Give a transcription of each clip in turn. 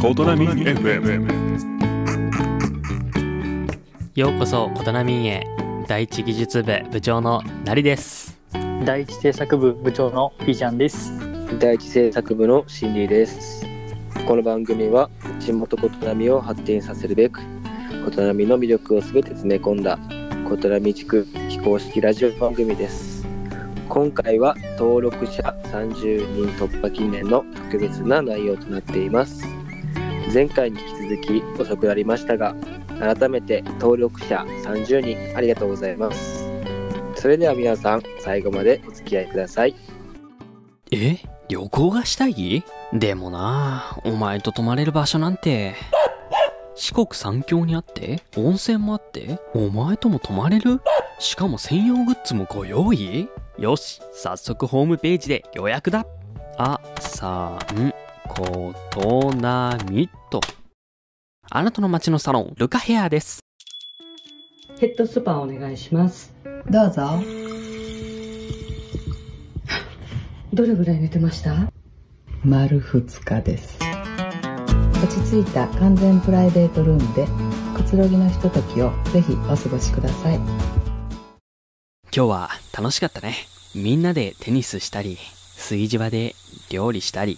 ことなみ FM ようこそ琴波民へ第一技術部部長のなりです第一制作部部長のピーちゃんです。第一制作部のシンディですこの番組は地元琴波を発展させるべく琴波の魅力をすべて詰め込んだ琴波地区非公式ラジオ番組です今回は登録者30人突破記念の特別な内容となっています前回に引き続き遅くなりましたが改めて登録者30人ありがとうございますそれでは皆さん最後までお付き合いくださいえ旅行がしたいでもなお前と泊まれる場所なんて四国三峡にあって温泉もあってお前とも泊まれるしかも専用グッズもご用意よし早速ホームページで予約だあさんことなみとあなたの街のサロンルカヘアですヘッドスパお願いします。どうぞ。どれぐらい寝てました丸2日です。落ち着いた完全プライベートルームでくつろぎのひとときをぜひお過ごしください。今日は楽しかったね。みんなでテニスしたり、炊事場で料理したり。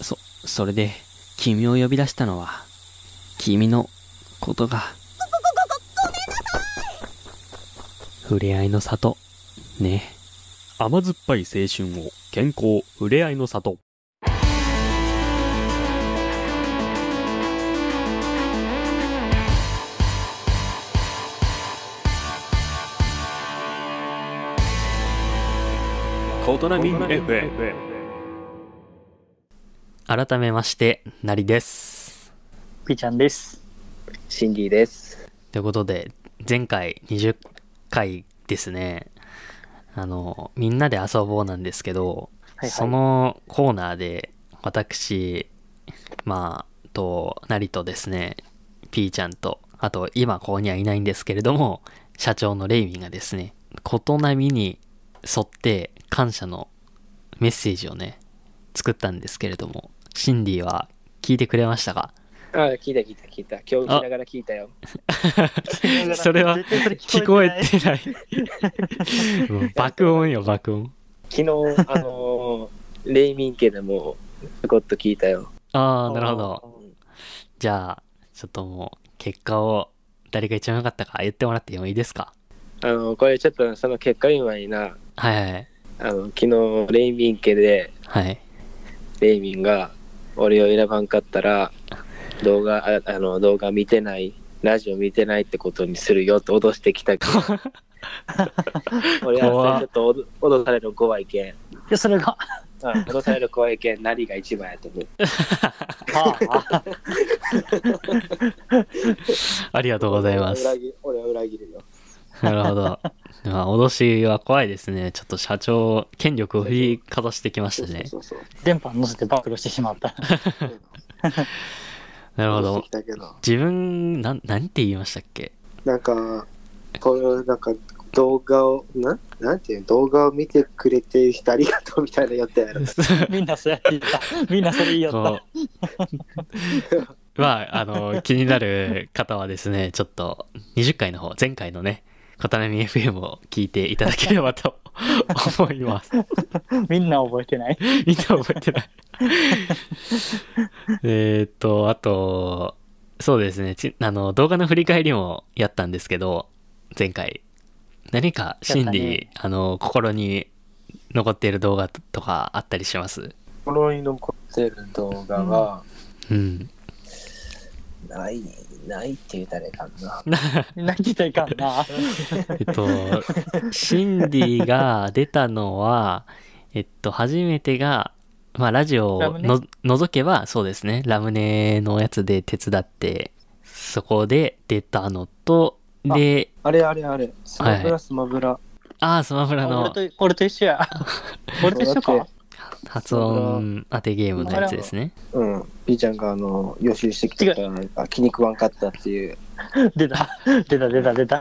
そ、それで、君を呼び出したのは、君のことが。触れ合いの里、ね。甘酸っぱい青春を健康、触れ合いの里。ことなみ FM 改めまして、なりです。ピーちゃんです。シンディですということで、前回20回ですね。あの、みんなで遊ぼうなんですけど、はいはいそのコーナーで、私、まあ、と、なりとですね、ピーちゃんと、あと、今ここにはいないんですけれども、社長のレイミンがですね、ことなみに沿って感謝のメッセージをね、作ったんですけれども、シンディは聞いてくれましたかあ聞いた聞いた聞いた。今日聞きながら聞いたよ。それは絶対それ聞こえないてない。もう爆音よ、爆音。昨日、あの ー、レイミン家でも、ちょこっと聞いたよ。ああ、なるほど。。じゃあ、ちょっともう、結果を誰が一番良かったか言ってもらってもいいですかあのー、これちょっとその結果今にな、はいはい。あの、昨日、レイミン家で、はい。レイミンが、俺を選ばんかったら、動画、ああの、動画見てない、ラジオ見てないってことにするよって脅してき たけど俺はちょっとおど脅される怖いけん。いやそれが。うん脅される怖いけん、何が一番やと思う。ありがとうございます。俺は裏切るよ。なるほど。まあ、脅しは怖いですね。ちょっと社長、権力を振りかざしてきましたね。そうそうそう。電波に乗せて暴露してしまった。 なるほ戻っどてき。たけど自分、なん、なんて言いましたっけなんか、このなんか動画を、ななんていうの動画を見てくれてる人ありがとうみたいなやったやろ。みんなそうやって言った。みんなそれ言いよった。こうまあ、あの、気になる方はです ね、ちょっと、20回の方、前回のね、片波 FM を聞いていただければ と思います。みんな覚えてない。 みんな覚えてない。えーっと、あと、そうですねち、あの、動画の振り返りもやったんですけど、前回。何か、シンディ、やったあの、心に残っている動画とかあったりしますこのに残ってる動画は、うん。ない、ないって言うたらいかんな。泣きたいかんな。えっと、シンディが出たのは、えっと、初めてが、まあ、ラジオラをムネの除けば、そうですね、ラムネのやつで手伝って、そこで出たのと、で、あれあれあれ、スマブラスマブラ。ああー、スマブラの俺と俺と一緒や。俺と一緒か。発音当てゲームのやつですね。うん。ピーちゃんがあの予習してきててたあ気に食わんかったっていう。出た。出た出た出た。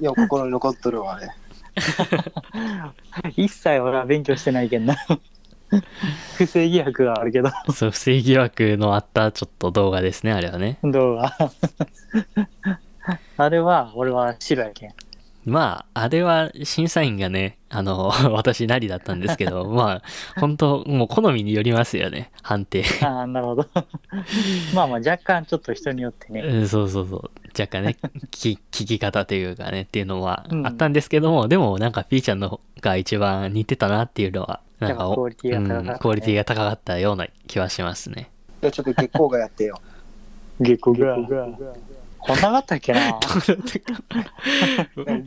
いや、心に残っとるわ、あれ。一切俺は勉強してないけんな。 不正疑惑があるけど、そう、不正疑惑のあったちょっと動画ですね、あれはね。動画。 あれは、俺は白やけん。まあ、あれは審査員がね、あの、 私なりだったんですけど、まあ、本当もう好みによりますよね、判定。ああ、なるほど。 まあまあ、若干ちょっと人によってね。うんそうそうそう。若干ね、 き聞き方というかね、っていうのはうんあったんですけども、でもなんか P ちゃんの方が一番似てたなっていうのは、なんかやっぱクオリティが高かったねうんクオリティが高かったような気はします ね。じゃあちょっと月光がやって よ。下校が。こんなだったっけな。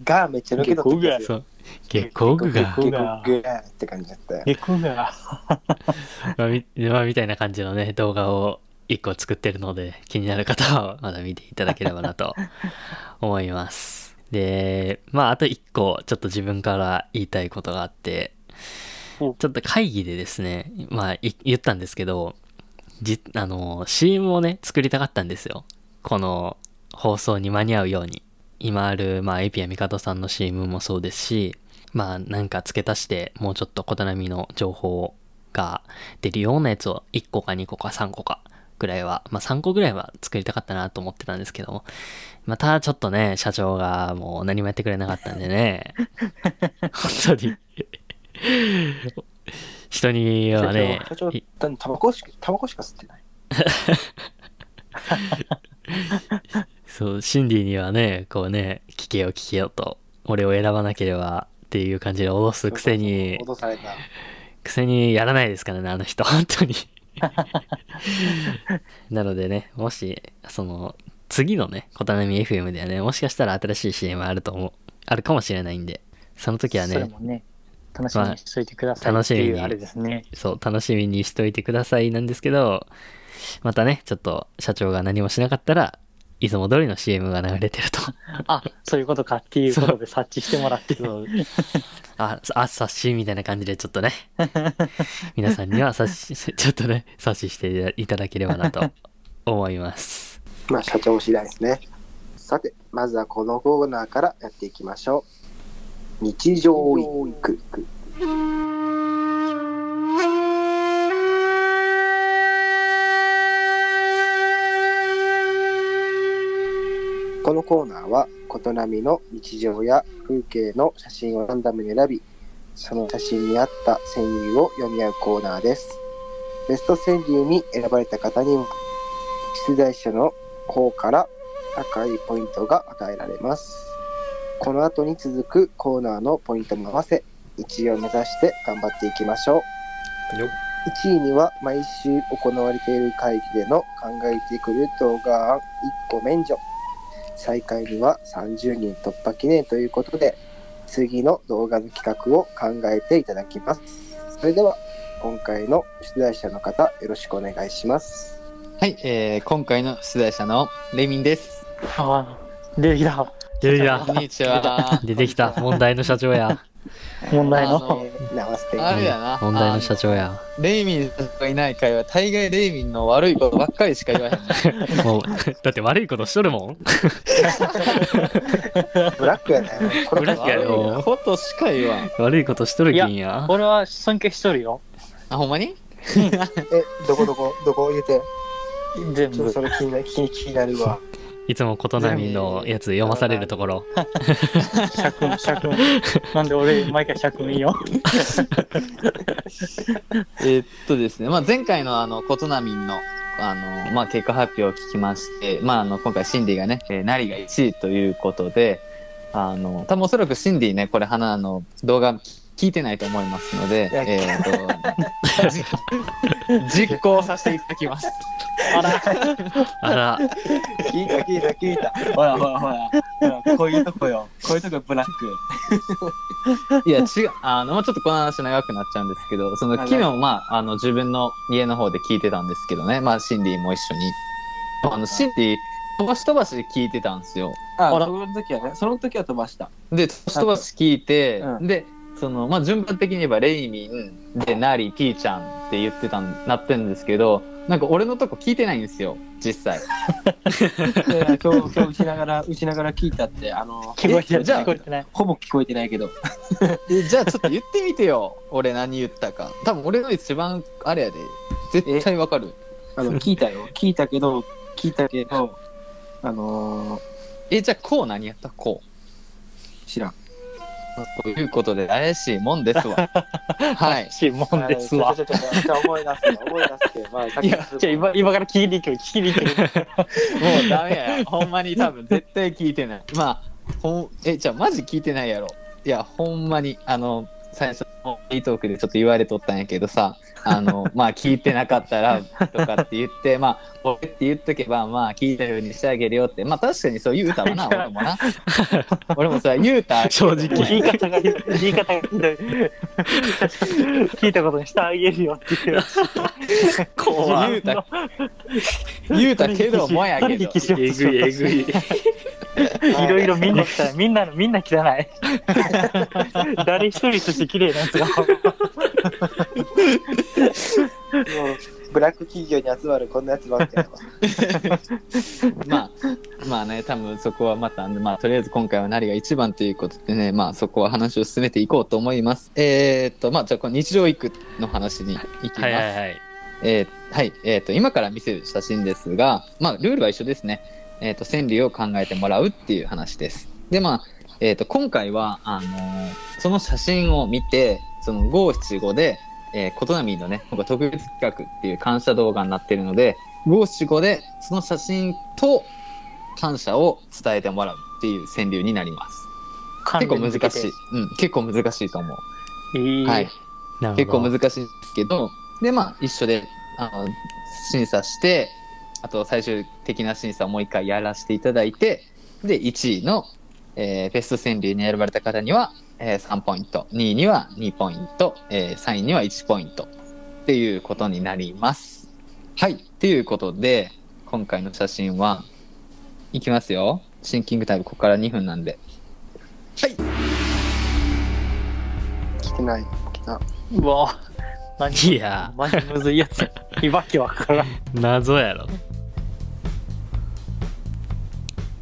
がめっちゃ抜けとったんですそよ。う。下校具が下、校月具が光がって感じだったよ。下校が。まあみまあみたいな感じのね、動画を一個作ってるので、気になる方はまだ見ていただければな と思います。で、まあ、あと一個、ちょっと自分から言いたいことがあって、ちょおっと会議でですね、まあ、い言ったんですけど、じあの、CM をね、作りたかったんですよ。この放送に間に合うように。今ある、まあ、エピやミカドさんの CM もそうですし、まあ、なんか付け足して、もうちょっと琴波の情報が出るようなやつを1個か2個か3個かぐらいは、まあ3個ぐらいは作りたかったなと思ってたんですけども、またちょっとね、社長がもう何もやってくれなかったんで ね、本当に。人にはね、社長、い社長タバコしか、タバコしか吸ってない。そう、シンディにはね、こうね、聞けよ聞けよと、俺を選ばなければっていう感じで脅すくせに、脅された。くせにやらないですからね、あの人、本 当に。なのでね、もし、その、次のね、小谷 FM ではね、もしかしたら新しい CM あると思う、あるかもしれないんで、その時はそれね、もね、楽しみにしといてくださいまあって楽しいみにうあれですね。そう、楽しみにしといてくださいなんですけど、またね、ちょっと社長が何もしなかったら、いつも通りの CM が流れてると。あ、そういうことかっていうことで察知してもら って。あ、あ、察しみたいな感じでちょっと ね、皆さんには察し、 ちょっとね、察ししていただければな と思います。まあ社長次第ですね。さて、まずはこのコーナーからやっていきましょう。日常ウィーク。このコーナーは、琴波の日常や風景の写真をランダムに選び、その写真に合った川柳を読み合うコーナーです。ベスト川柳に選ばれた方には、出題者の方から高いポイントが与えられます。この後に続くコーナーのポイントも合わせ、1位を目指して頑張っていきましょう。1位には毎週行われている会議での考えてくる動画案1個免除。最下位には30人突破記念ということで、次の動画の企画を考えていただきます。それでは、今回の出題者の方、よろしくお願いします。はい、えー、今回の出題者のレミンです。ああ、出てきた。出てきこんた。にちは。出てきた。問題の社長や。問題あの。の直してあれやな。問題の社長や。あの。レイミンがいない会は大概レイミンの悪いことばっかりしか言わへん。もう、 だって悪いことしとるもん。ブラックやね。こブラックやろ悪いことしか言わん。悪いことしとるけんや。俺は尊敬しとるよ。あ、ほんまにえ、どこどこ、どこ言うて。全ちょっと部。それ気にな気に気になるわ。いつも琴波のやつ読まされるところ。社訓、社訓。なんで俺、毎回社訓いいよ。えーっとですね、まあ、前回のあの、ことなみんの、あの、まあ、結果発表を聞きまして、まあ、あの、今回シンディがね、えー、ナリが1位ということで、あの、多分おそらくシンディね、これ、花、あの、動画聞いてないと思いますので、いやえーっと、じ実行させていただきます。あら、あら、聞いた聞いた聞いた。ほらほらほらほら。こういうとこよ。こういうとこブラック。いや、違う、あの、まあ、ちょっとこの話長くなっちゃうんですけど、その、はい昨日、まあ、あの、自分の家の方で聞いてたんですけどね、まあ、シンディも一緒に。あの、シンディ、飛ばし飛ばしで聞いてたんですよ。あ、あらその時はね、その時は飛ばした。で、飛ばし飛ばし聞いて、うで、その、まあ、順番的に言えば、レイミン、で、ナリ、ピーちゃんって言ってたん、なってんですけど、なんか俺のとこ聞いてないんですよ、実際。今日、 今日打ちながら、打ちながら聞いたって、あの、聞こえてない。じゃあ聞こえてない。ほぼ聞こえてないけど。 えじゃあちょっと言ってみてよ、俺何言ったか。多分俺の一番あれやで、絶対わかる。あ の、聞いたよ。聞いたけど、聞いたけど、あのー、え、じゃあこう何やったこう。知らん。ということで、怪しいもんです わ。はい。しいもんですわち。ょちょちょちょ思い出す思い出して、まあ、さっいや、じゃあ今、今から聞きに行くよ、聞きに行くよ。もうダメや。ほんまに多分絶対聞いてない。まあ、ほん、え、じゃあマジ聞いてないやろ。いや、ほんまに、あの、最初のいいトークでちょっと言われとったんやけどさ、あの、まあ聞いてなかったらとかって言って、まあ、俺って言っとけば、まあ聞いたようにしてあげるよって、まあ 確かにそう言うたわな、俺もな。俺もさ、言うた。正直言い方がひどい、言い方がひどい。 聞いたことにしてあげるよっていう。怖い自分の言うたけど、もや けど。取引しようとしてい。 いろいろみんな汚い。みんなの、みんな汚 い。誰一人として綺麗なんですよ。ブラック企業に集まるこんなやつばっかりやわ まあ、まあね、多分そこはまた、まあ、とりあえず今回は何が一番ということでね、まあ、そこは話を進めていこうと思います。えーっと、まあ、じゃあ、この日常育の話に行きます。はいはいはい。えーはい、えーっと、今から見せる写真ですが、まあ、ルールは一緒ですね。えーっと、川柳を考えてもらうっていう話です。で、まあ、えーっと、今回は、あのーその写真を見て、その五七五で、えー、ことなみのね、僕は特別企画っていう感謝動画になってるので、五七五でその写真と感謝を伝えてもらうっていう川柳になります。結構難しい。うん、結構難しいと思う。いい。はない。るほど結構難しいんですけど、で、まあ、一緒で、あの、審査して、あと最終的な審査をもう一回やらせていただいて、で、1位の、えーベスト川柳に選ばれた方には、えー3ポイント、2位には2ポイント、えー3位には1ポイントっていうことになります。はい。っていうことで、今回の写真は、いきますよ。シンキングタイム、ここから2分なんで。来てない来たうわ何いやマジむずいやつ。いわけわからん。。謎やろ。え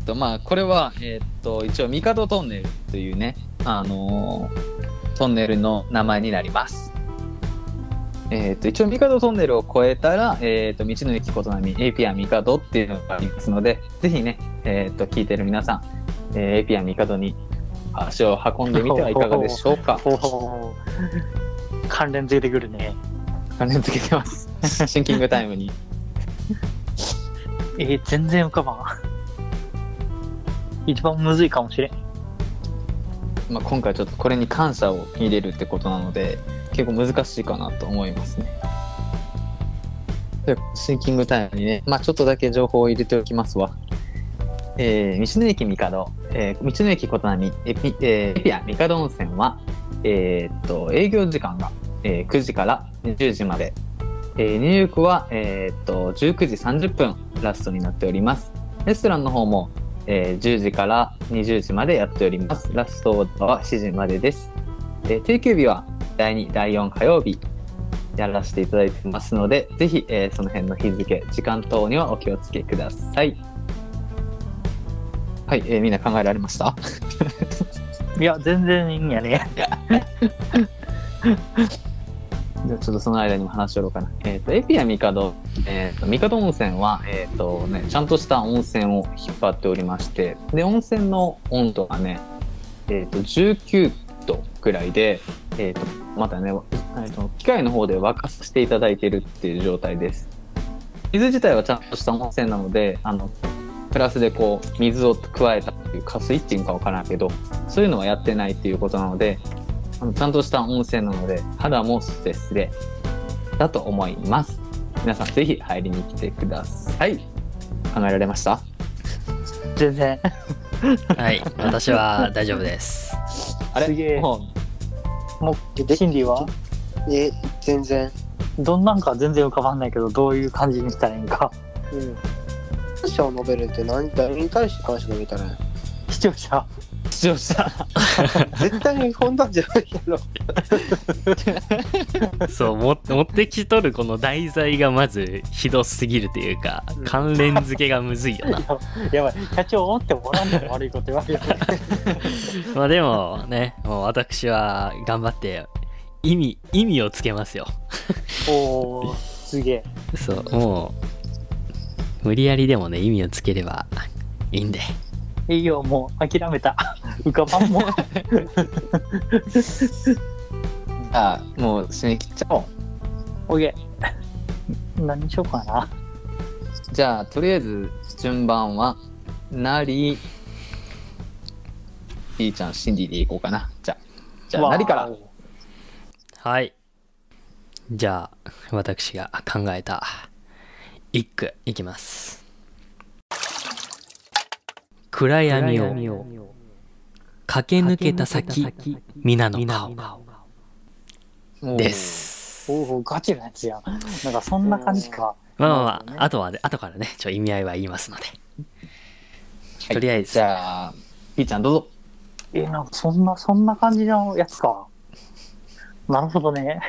っとまあこれは、えーっと一応帝トンネルというね、あのートンネルの名前になります。えーっと一応帝トンネルを越えたら、えーっと道の駅ことなみ AP ア帝っていうのがありますのでぜひね、えーっと聞いてる皆さん、えー、AP ア帝に足を運んでみてはいかがでしょうかおお。関連づけてくるね。関連付けてます。 シンキングタイムに。えー、全然浮かばん。一番むずいかもしれん。まあ、今回ちょっとこれに感謝を入れるってことなので結構難しいかなと思いますね。でシンキングタイムにね、まあ、ちょっとだけ情報を入れておきますわ。えー道の駅帝、えー道の駅ことなみエピ,、えーエピア帝温泉は、えーっと営業時間が、えー9時から20時まで、えー入浴は、えーっと19時30分ラストになっております。レストランの方もえー10時から20時までやっております。ラストオーダーは7時までです。えー定休日は第2、第4火曜日やらせていただいてますので、ぜひ、えーその辺の日付、時間等にはお気をつけください。はい、えーみんな考えられました いや、全然いいんやね。じゃあちょっとその間にも話しよろうかな。えっ、と、エピア帝、えっ、と、帝温泉は、えっ、とね、ちゃんとした温泉を引っ張っておりまして、で、温泉の温度がね、えっ、と、19度ぐらいで、えっ、と、またね、えーと機械の方で沸かさせていただいてるっていう状態です。水自体はちゃんとした温泉なので、あの、プラスでこう、水を加えたっていう、加水っていうんかわからんけど、そういうのはやってないっていうことなので、あのちゃんとした温泉なので、肌もスレスレだと思います。皆さんぜひ入りに来てください。考えられました全然。はい、私は大丈夫です。あれすげえもうもう、心理はえ全然どんなんか全然浮かばんないけど、どういう感じにしたらいいんか。うん感謝を述べるって何誰に対して感謝述べたらいいの視聴者。視聴者絶対に飛んだんじゃないやろ。 そうも持ってきとるこの題材がまずひどすぎるというか関連付けがむずいよなやばい、社長思ってもらんでも悪いこと言われる。 まあでもねもう私は頑張って意味意味をつけますよおお、すげえ。そうもう無理やりでもね意味をつければいいんでいいよ、もう諦め た。浮かばんもん。あもう締め切っちゃおうおげ。何しようかな。じゃあとりあえず順番はなりいいちゃんシンディでいこうかなじゃあじゃあわーなりから。はいじゃあ私が考えた一句いきます暗闇を駆け抜けた先皆の顔ですおお、ガチなやつやん。なんかそんな感じか。まあまあまあ、あとは、ね、あとからね、ちょ、意味合いは言いますので。とりあえずじゃあいいちゃんどうぞえ、なんかそんな、そんな感じのやつか。なるほどね。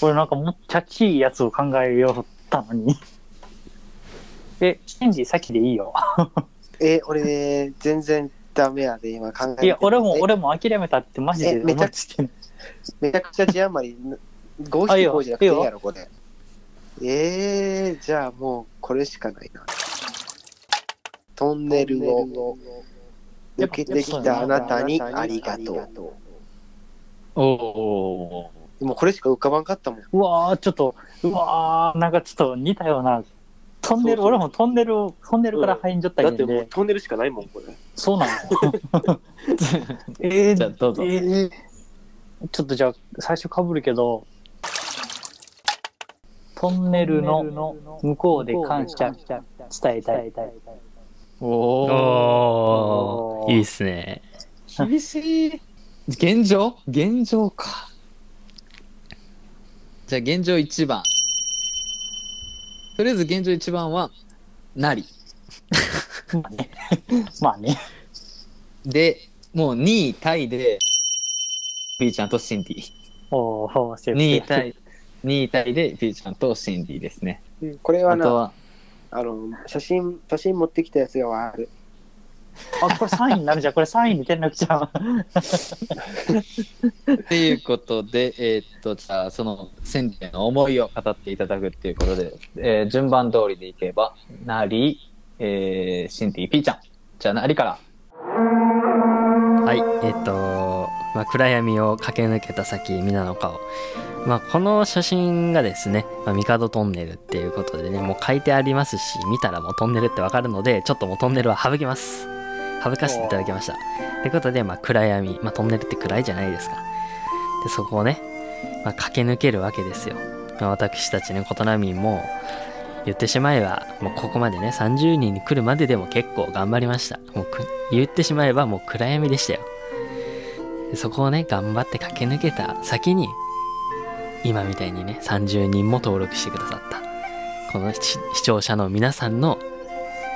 俺なんかもっちゃちいやつを考えよったのに。え、シンジ先でいいよ。え、俺ね、全然ダメやで、今考えてるねいや、俺も、俺も諦めたってマジでえめちゃくちゃ。めちゃくちゃ字余り、五あいい七よ五じゃなくていいやろ、これ。えー、じゃあもうこれしかないな。トンネルを抜けてきたあなたにありがとう。おおもうこれしか浮かばんかったもん。うわー、ちょっと、うわー、なんかちょっと似たような。トンネル、そうそう俺もトンネルを、トンネルから入んじゃっただけっど、てもうトンネルしかないもん、これ。そうなの えー、じゃあどうぞえーちょっとじゃあ、最初かぶるけど、トンネルの向こうで感謝伝えたい。おおおー、いいっすね。厳しい現状現状かじゃあ現状1番とりあえず現状1番はなりまあね。でもう2位タイで B ちゃんとシンディおー、セーフ2位タイ2位タイで B ちゃんとシンディですねこれはあとな、はあの、写真、写真持ってきたやつが悪い。あ、これ3位になるじゃん。これ3位に転落じゃん。っていうことで、 えーっと、じゃあ、その、先生の思いを語っていただくっていうことで、えー順番通りでいけば、なり、えー、シンティ、ピーちゃん。じゃあ、なりから。はい、えっ、と、まあ、暗闇を駆け抜けた先、皆の顔。まあ、この写真がですね、まあ、帝トンネルっていうことでね、もう書いてありますし、見たらもうトンネルってわかるので、ちょっともうトンネルは省きます。省かせていただきました。ということで、まあ、暗闇、まあ、トンネルって暗いじゃないですか。で、そこをね、まあ、駆け抜けるわけですよ。まあ、私たちね、ことなみんも、言ってしまえば、もうここまでね、30人に来るまででも結構頑張りました。もうく言ってしまえばもう暗闇でしたよ。でそこをね、頑張って駆け抜けた先に、今みたいにね、30人も登録してくださった。このし視聴者の皆さんのこ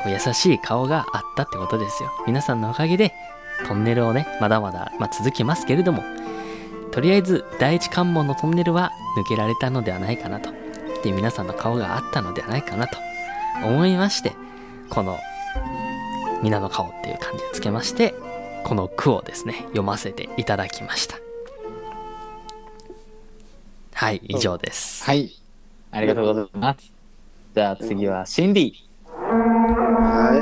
う優しい顔があったってことですよ。皆さんのおかげで、トンネルをね、まだまだ、まあ、続きますけれども、とりあえず第一関門のトンネルは抜けられたのではないかなと。で、皆さんの顔があったのではないかなと思いまして、この皆の顔っていう漢字をつけましてこの句をですね読ませていただきましたはい以上です、はい。ありがとうございます。じゃあ、次は、シンディ。はい。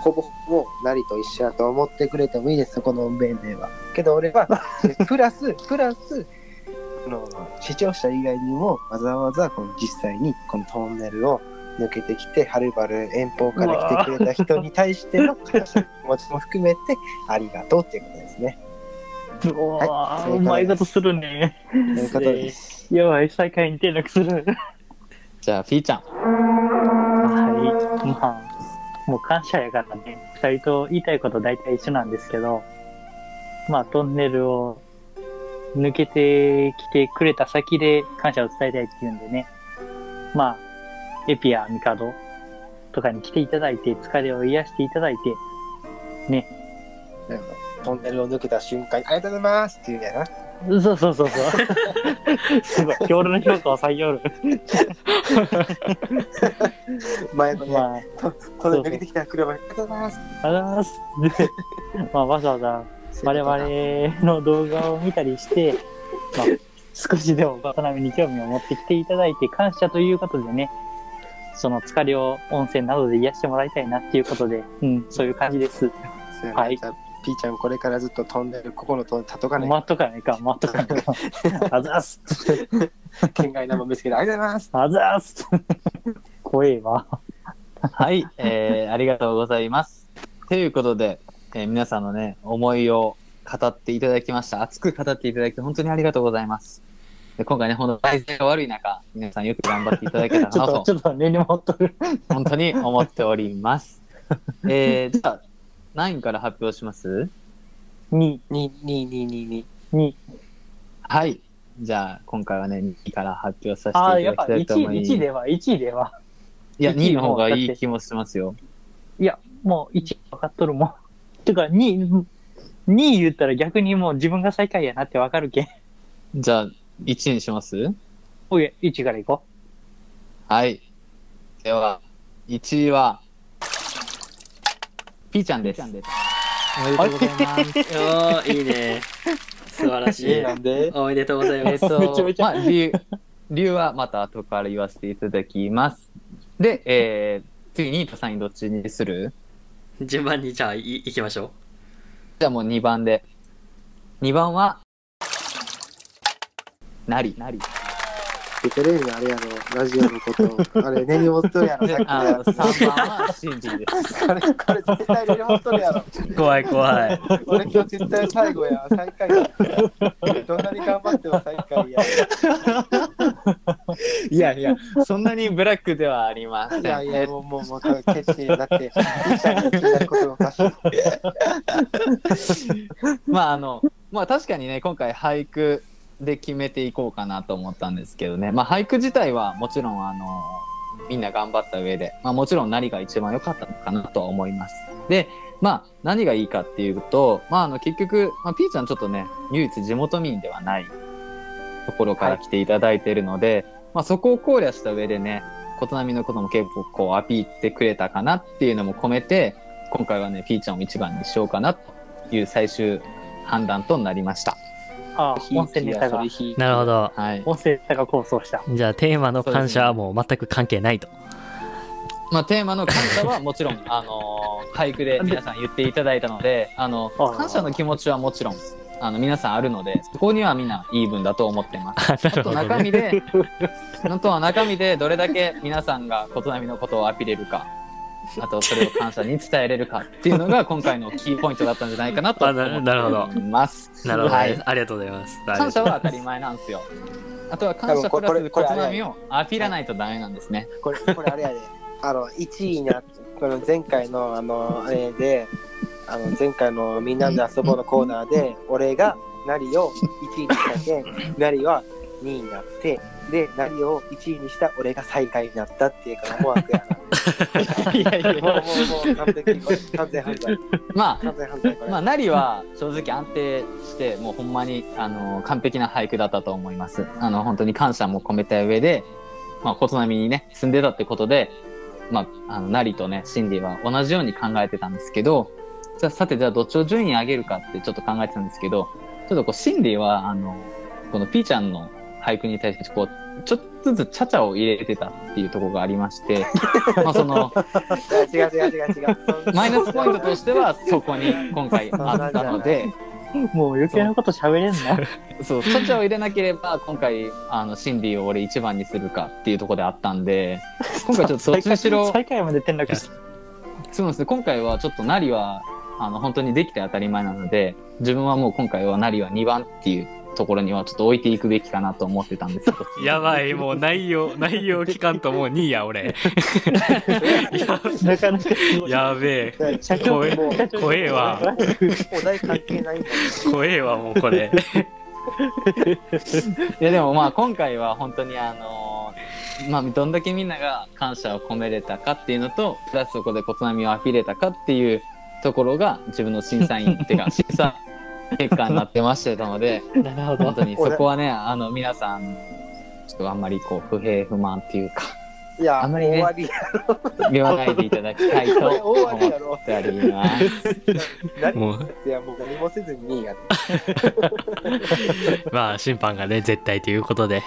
ほぼほぼ、なりと一緒やと思ってくれてもいいです、この面では。けど俺は、 プラス、プラス、あの視聴者以外にも、わざわざこの実際にこのトンネルを抜けてきて、はるばる遠方から来てくれた人に対し ての感謝の気持ちも含めて、ありがとうっていうことですね。うわはいー、うまいことするね。ということです。やばい、最下位に転落する。じゃあ、ピーちゃん。はい、まあ、もう感謝やからね、二人と言いたいこと大体一緒なんですけど、まあ、トンネルを抜けてきてくれた先で感謝を伝えたいっていうんでね、まあ、エピやミカドとかに来ていただいて、疲れを癒していただいて、ね、トンネルを抜けた瞬間に、ありがとうございますって言うんやな。そうそうそう そう。すごい。今日の評価を下げよる。前のね、まあ、トンネル抜けてきた車に、ありがとうございます。あざます。 で、まあ、わざわざ我々の動画を見たりして、まあ、少しでも渡辺に興味を持ってきていただいて、感謝ということでね、その疲れを温泉などで癒してもらいたいなっていうことで、うん、そういう感じです。そうやなはいじゃあピーちゃん、これからずっとトンネル、ここのトンネル、たとかね、待っとかないかん、待っとかない かん。あざーす。県外なもん見つけて、ありがとうございます。あざーす。怖えわ。はい、えー、ありがとうございます。ということで、えー皆さんのね、思いを語っていただきました。熱く語っていただき、本当にありがとうございます。で今回ね、ほんと、体勢が悪い中、皆さんよく頑張っていただけたらちょな っと、とち、ょっと根に持っとる。本当に思っております。えー、じゃあ、何位から発表します2、に、に、に、に、に。 2。はい。じゃあ、今回はね、2位から発表させああ、ていやたっだぱきたいと1思位、います。 1位では、1位では。いや、2位の方がいだいって気もしますよ。いや、もう1分かっとるもん。てか、2、2言ったら逆にもう自分が最下位やなってわかるけん。じゃあ、1位にしますおい、1からいこはい。では、1位は、ピーちゃんです。おめでとうございます。おーいい ね素晴らしいなんでおめでとうございえまっすとめちゃめちゃまあ、理由、 理由はまた後から言わせていただきます。で、えー、次2位と3位どっちにする順番にじゃあいいきましょうじゃあもう2番で。2番は、なり。なり。でテレビのあれやろ、ラジオのこと、あれ、根に持っとるやろ、でさっきの あやつ。 3番は、シンディです。これ、これ絶対根に持っとるやろ。怖い怖い俺今日絶対最後や、最下位や。どんなに頑張っても最下 位や。 いやいや、そんなにブラックではありません。いやいや、もう、もう、もう、決定だって、一切決定なことおかしい。まああのまあ確かにね今回俳句で決めていこうかなと思ったんですけどね、まあ、俳句自体はもちろんあのみんな頑張った上で、まあ、もちろん何が一番良かったのかなとは思います。でまあ何がいいかっていうと、まあ、あの結局、まあ、ピーちゃんちょっとね唯一地元民ではないところから来ていただいているので、まあ、そこを考慮した上でね琴波のことも結構こうアピってくれたかなっていうのも込めて今回はねピーちゃんを一番にしようかなという最終判断となりました。う。ああ、温泉ネタが、なるほど。はい。温泉ネタが構想した。じゃあテーマの感謝はもう全く関係ないと。まあテーマの感 謝はもちろんあのー俳句で皆さん言っていただいたので、あのあー感謝の気持ちはもちろんあの皆さんあるので、そこにはみんな言い分だと思ってます。あ なるあとほど、中ね。身で、あとは中身でどれだけ皆さんが琴波のことをアピれるか。あとそれを感謝に伝えれるかっていう のが今回のキーポイントだったんじゃないかなとあ思なってなるほどいます。なるほど、はねいありがとうございます。感謝は当たり前なんですよ。あとは感謝プラスことなみをアピらないとダメなんですね。これ、これあれやで、あの、1位になっこの前回の、あの、あれで、あの、前回のみんなで遊ぼうのコーナーで、俺が、なりを1位にしたけん、なりは2位になって、で、なりを1位にした俺が最下位になったっていうから、もうあれやいやいやな。もう、もう、もう、完璧、これ完全犯罪。ま完全犯罪、こあ、れ。まあ、なりは正直安定して、もうほんまに、あの、完璧な俳句だったと思います。あの、本当に感謝も込めた上で、まあ、琴波にね、住んでたってことで、まあ、あの、なりとね、シンディは同じように考えてたんですけど、じゃあさて、じゃあどっちを順位上げるかってちょっと考えてたんですけど、ちょっとこう、シンディは、あの、このピーちゃんの俳句に対して、こう、ちょっとずつチャチャを入れてたっていうところがありまして、まあ、その、いや違う違う違う違う。マイナスポイントとしてはそこに今回あったので、もう余計なこと喋れんな。そう、チャチャを入れなければ今回、あの、シンディを俺一番にするかっていうところであったんで、今回ちょっとそっちにしろ、最下位まで転落した。そうですね、今回はちょっとナリは、あの、本当にできて当たり前なので、自分はもう今回はナリは2番っていうところにはちょっと置いていくべきかなと思ってたんですけど。やばい、もう内容、内容期間ともう2位や、俺。やなかなかすごい。やべえ、社長怖えもう怖えわ。お題関係ないんだ怖えわ、もうこれ。いやでもまあ今回は本当にあのーまあどんだけみんなが感謝を込めれたかっていうのとプラスそこで琴波をアピれたかっていうところが自分の審査員っていうか審査結果になってましたので なるほど本当にそこはねあの皆さんちょっとあんまりこう不平不満っていうかいや、あんまりね終わりや言わないでいただきたいとろ。終わ思りっやろ。ております。何 もういや、もう何もせずに2位やっまあ審判がね絶対ということで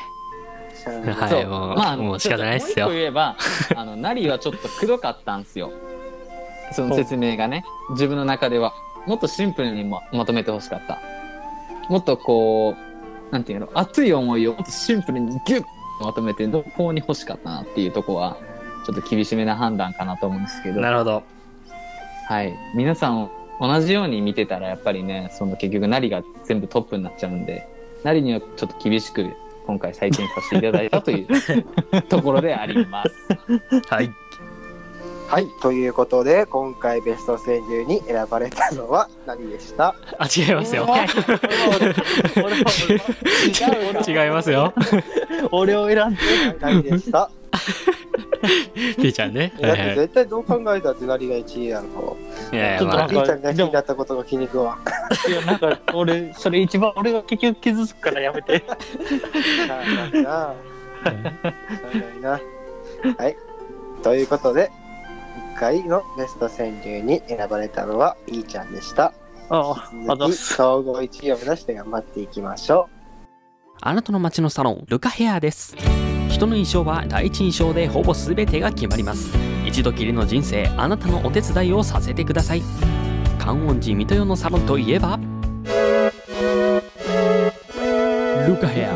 た。はそいもう,、まあもう仕方ないっすちよょともう一個言 えば、あの、ナリはちょっとくどかったんすよ。その説明がね、自分の中では。もっとシンプルにままとめてほしかった。もっとこう、なんていうの、熱い思いをもっとシンプルにギュッとまとめて、どこに欲しかったなっていうとこは、ちょっと厳しめな判断かなと思うんですけど。なるほどはい。皆さんを同じように見てたら、やっぱりね、その結局、ナリが全部トップになっちゃうんで、ナリにはちょっと厳しく、今回採点させていただいたという ところであります。はいはい、ということで、今回ベスト川柳に選ばれたのは何でした あ違いますよ俺は違いますよ俺を選んで何でしたピーちゃんね、だっはいはてい絶対どう考えたって何が1位やろ。いやいちやょっまとあピーちゃんが1位だったことが気に食わん。 はいやなんか俺それ一番俺が結局傷つくからやめていないな。ないな。はい。ということで、今回のベスト川柳に選ばれたのはピーちゃんでした。ああ引きあざ続っきす総合1位を目指して頑張っていきましょあなたの街のサロンルカヘアです人の印象は第一印象でほぼ全てが決まります一度きりの人生あなたのお手伝いをさせてください観音寺水戸代のサロンといえばルカヘア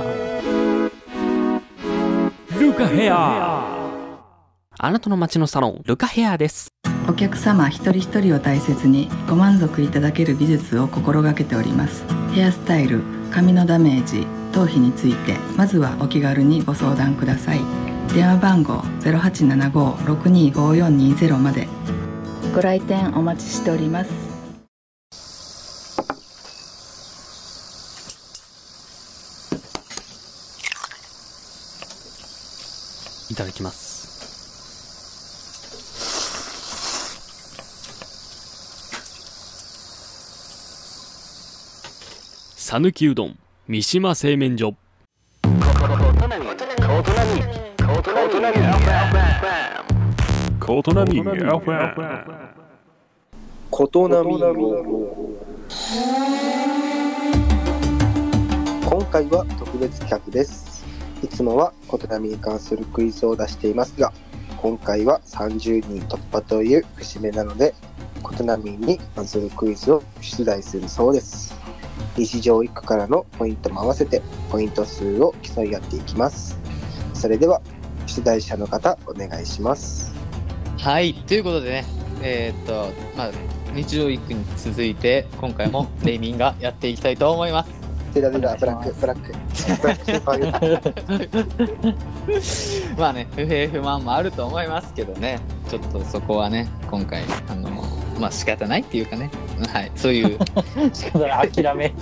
ルカヘアあなたの街のサロンルカヘアですお客様一人一人を大切にご満足いただける美術を心がけておりますヘアスタイル髪のダメージ頭皮についてまずはお気軽にご相談ください電話番号0875-625420までご来店お待ちしておりますいただきますさぬきうどん三島製麺所コートナミ FM ことなみう。今回は特別企画です。いつもはことなみに関するクイズを出していますが、今回は30人突破という節目なので、ことなみに関するクイズを出題するそうです。日常一区からのポイントも合わせて、ポイント数を競い合っていきます。それでは、出題者の方、お願いします。はい、ということでね、えーっと、まあ、日曜一句に続いて、今回もレイミンがやっていきたいと思います。てらてら、ブラック、ブラック。ブラック先輩まあね、不平不満もあると思いますけどね、ちょっとそこはね、今回、あの、まあ仕方ないっていうかね、はい、そういう、しかも諦め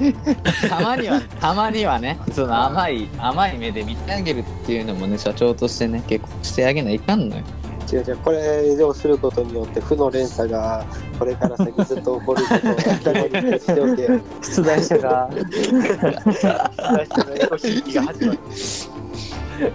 たまには、たまにはね、その甘い、甘い目で見てあげるっていうのもね、社長としてね、結構してあげないかんのよ。違う違うこれ以上することによって負の連鎖がこれから先ずっと起こることを双子 にしておけ出題者が最初のエコひいきが始まる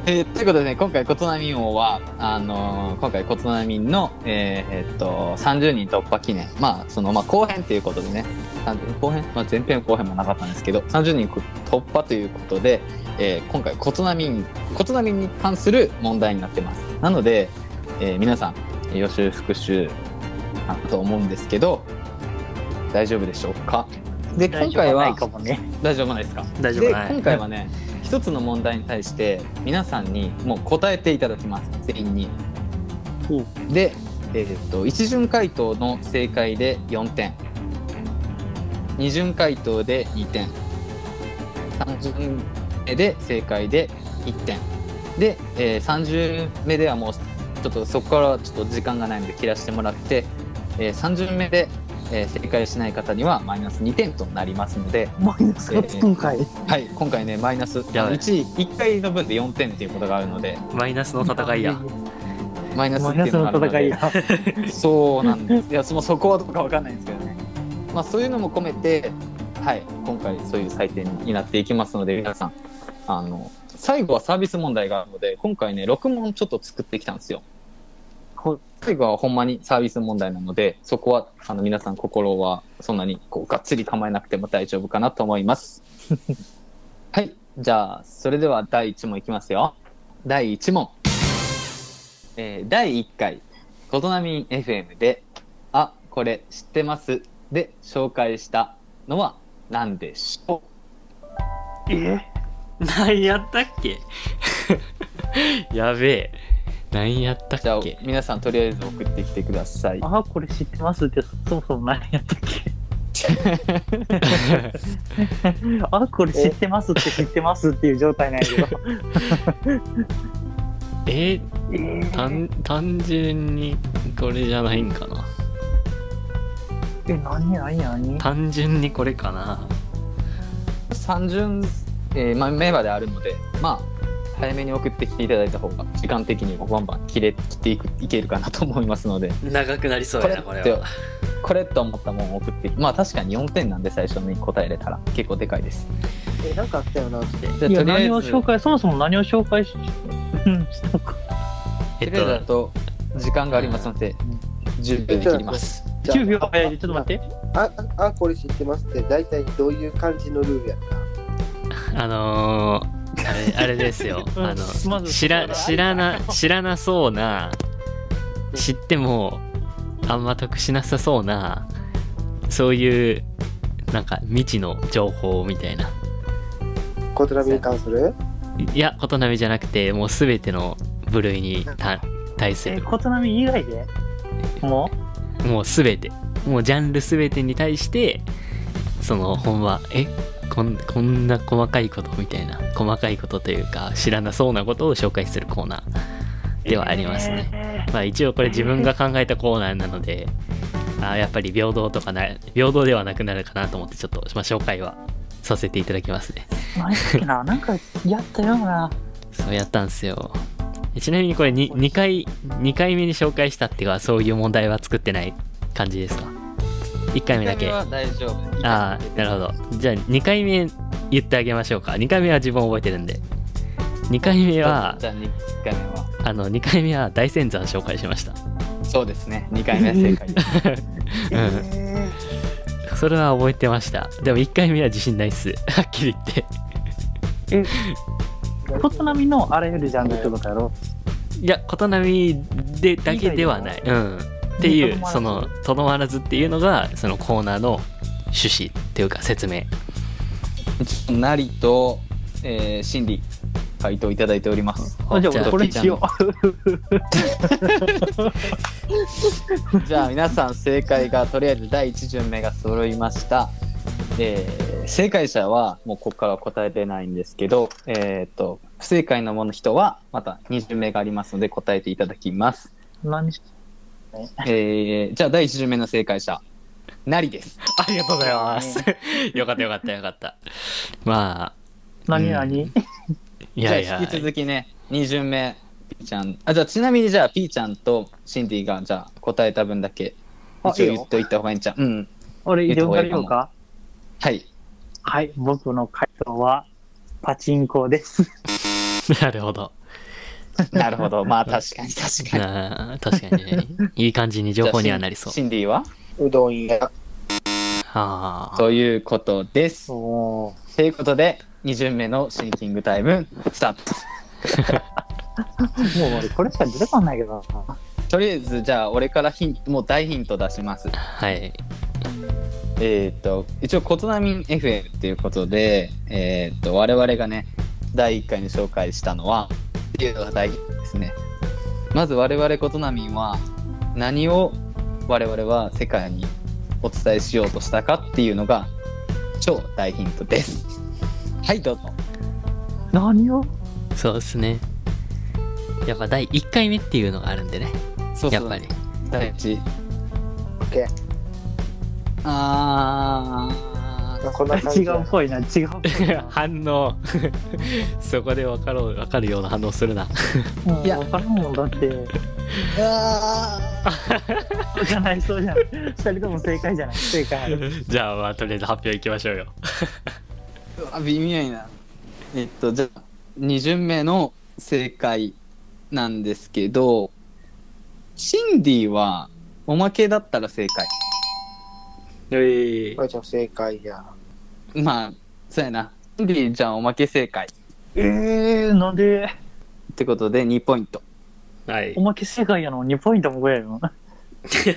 えーということでね、今回、コトナミン王は、あのー今回、コトナミンの、えーえーっと、30人突破記念、まあ、その、まあ、後編ということでね、30後編、まあ、前編後編もなかったんですけど、30人突破ということで、えー今回、コトナミン、コトナミンに関する問題になってます。なので、えー皆さん、予習復習、あったと思うんですけど、大丈夫でしょうかで、今回大丈夫ないは、かもね大丈夫ないですか大丈夫ではい今回はね一つの問題に対して皆さんにもう答えていただきます全員に。で、えーっと一巡回答の正解で4点二巡回答で2点三巡目で正解で1点で、えー、30目ではもうちょっとそこからはちょっと時間がないので切らしてもらって、えー、3巡目で、えー正解しない方にはマイナス2点となりますのでマイナスがつくんかいはい、今回ね、マイナス、やばい1、1回の分で4点っていうことがあるので、マイナスの戦いやマイナスっていうのがあるのでそうなんですいやそもうそこはどうかわかんないんですけどねまあそういうのも込めてはい今回そういう採点になっていきますので皆さんあの最後はサービス問題があるので今回ね6問ちょっと作ってきたんですよ最後はほんまにサービス問題なのでそこはあの皆さん心はそんなにこうがっつり構えなくても大丈夫かなと思います はいじゃあそれでは第1問いきますよ第1問えー第1回「ことなみん FM」で「あこれ知ってます」で紹介したのは何でしょうえ何やったっけ やべえ何やったっけ皆さんとりあえず送ってきてくださいあこれ知ってますってそもそも何やったっけあこれ知ってますって知ってますっていう状態なんやけど え単単純にこれじゃないんかな え何何何単純にこれかな三巡、えーまあ、メンバーであるのでまあ早めに送ってきていただいた方が時間的にもバンバン切れ切っていくいけるかなと思いますので長くなりそうやなこれではこれと思ったもんを送ってまあ確かに4点なんで最初に答えれたら結構でかいですえ、なんかあったよなって。じゃあいやとりあえ何ずを紹介そもそも何を紹介ししたかとりあえずだと時間がありますので、10秒で切りますじゃあ9秒早いでちょっと待ってあ、あ、あこれ知ってますって、大体どういう感じのルールやったあのー、あれあれですよ うんあまのず知ら知らな知らなそうな知ってもあんま得しなさそうなそういうなんか未知の情報みたいなコトラミに関するいやことなみじゃなくてもう全ての部類にた対すえる琴波以外でももう全てもうジャンル全てに対してそのほんまえこんこんな細かいことみたいな細かいことというか知らなそうなことを紹介するコーナーではありますね、まあ一応これ自分が考えたコーナーなので、あーやっぱり平等とかな平等ではなくなるかなと思ってちょっと、まあ、紹介はさせていただきますねう何やったっけななんかやったようなそうやったんですよちなみにこれ 2, 2回2回目に紹介したっていうのはそういう問題は作ってない感じですか1回目だけは大丈夫ああなるほどじゃあ2回目言ってあげましょうか2回目は自分覚えてるんで2回目はじゃあ2回目はあの2回目は大仙山紹介しましたそうですね2回目正解ですうんそれは覚えてましたでも1回目は自信ないっす はっきり言ってえ琴波のあらゆるジャンルってことやろいや琴波でだけではないうんっていとどうまらずそのとどまらずっていうのがそのコーナーの趣旨っていうか説明 なりと、えー、心理回答いただいておりますあじゃあじゃあ俺これにし よじゃあ皆さん正解がとりあえず第1巡目が揃いました、えー正解者はもうここからは答えれないんですけど、えー、と不正解のもの人はまた2巡目がありますので答えていただきます、う何しえーじゃあ第1巡目の正解者なりですありがとうございます。 よかったよかったよかった。ま何あ、何、いやいじゃあや引き、続きね2巡目ピーちゃんあじゃあちなみにじゃあピーちゃんとシンディがじゃあ答えた分だけあ一応いいよ言っといた方がいいんちゃううん俺言言っったて方もがらいいいかよもうかはいはい僕の回答はパチンコです なるほど。 なるほどまあ確かに確かにあー確かにね。 いい感じに情報にはなりそうじゃあシンシンディはうどん屋。。あーということで す。おーということで、2巡目のシンキングタイム、スタート。もう俺これしか出てこないけどなとりあえず、じゃあ、俺からヒント、もう大ヒント出します。はい。えっ、と、一応、ことなみん FM っていうことで、えっ、と、我々がね、第1回に紹介したのは、っていうのが大ヒントですね。まず、我々ことなみんは、何を我々は世界にお伝えしようとしたかっていうのが、超大ヒントです。はい、どうぞ。何をそうですね。やっぱ第1回目っていうのがあるんでね。そうそうやっぱり。第一。 OK。あこんな感 違じうっぽいな、違うっぽいな。反応 そこで分かろう分かるような反応するな もう分からんもんだって。分かんないそうじゃん。二人とも正解じゃない。正解。じゃあまあとりあえず発表いきましょうようわ微妙やなえっとじゃあ2巡目の正解なんですけどシンディはおまけだったら正解まいちゃん正解や。まあそうやなシンディじゃんおまけ正解えー、なんで、ってことで2ポイ ントはいおまけ正解やの ?2 ポイントもこやよ。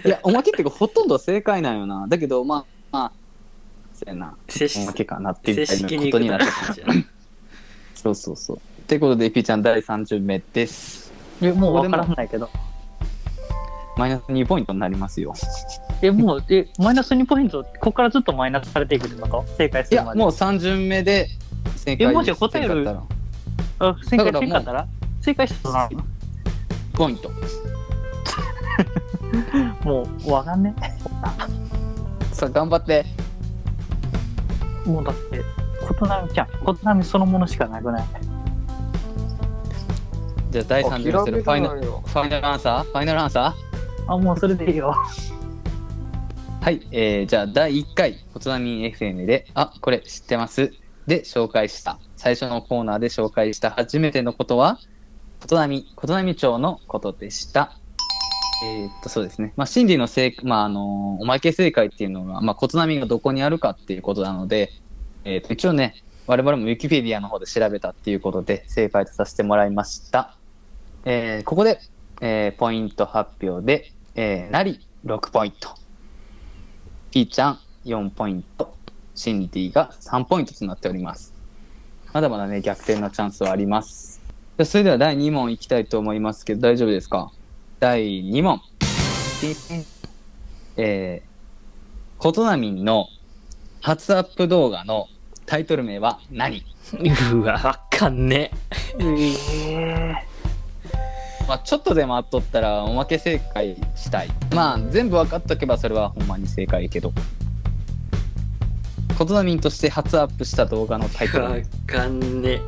いやおまけっていうかほとんど正解なんよなだけどまあまあそうやな正おま式けかなっていう正こと式ににな行っくた感じやな そうそうそうってことでピーちゃん第3巡目ですえ、もうここで分かもらんないけど。マイナス2ポイントになりますよえ、もう、え、マイナス2ポイント、ここからずっとマイナスされていくってこと正解すいるやまで。もう3巡目で正解えもし答える正解だったらあ正解だかせらもうんかったら正解したらなポイントもう分かんねさあ頑張ってもうだって琴波ちゃん琴波そのものしかなくないじゃあ第あ3ひ巡目すらめるきファイナなルのよファイナルアンサーファイナルアンサあもうそれでいいよーはい、えー、じゃあ第1回「ことなみん FM」で「あこれ知ってます」で紹介した最初のコーナーで紹介した初めてのことはことなみことなみ町のことでしたえーっとそうですねまあ真理のせい、まああのおまけ正解っていうのが、まあ、ことなみがどこにあるかっていうことなので、えーっと一応ね我々もウィキペディアの方で調べたっていうことで正解とさせてもらいました、えーここで、えーポイント発表で、えーなり6ポイントピーちゃん4ポイントシンディが3ポイントとなっておりますまだまだね逆転のチャンスはありますじゃあそれでは第2問いきたいと思いますけど大丈夫ですか第2問えー、ことなみんの初アップ動画のタイトル名は何うわ分かんねまあ、ちょっとでもあっとったらおまけ正解したいまあ全部分かっとけばそれはほんまに正解やけどことなみんとして初アップした動画のタイトル 分かんね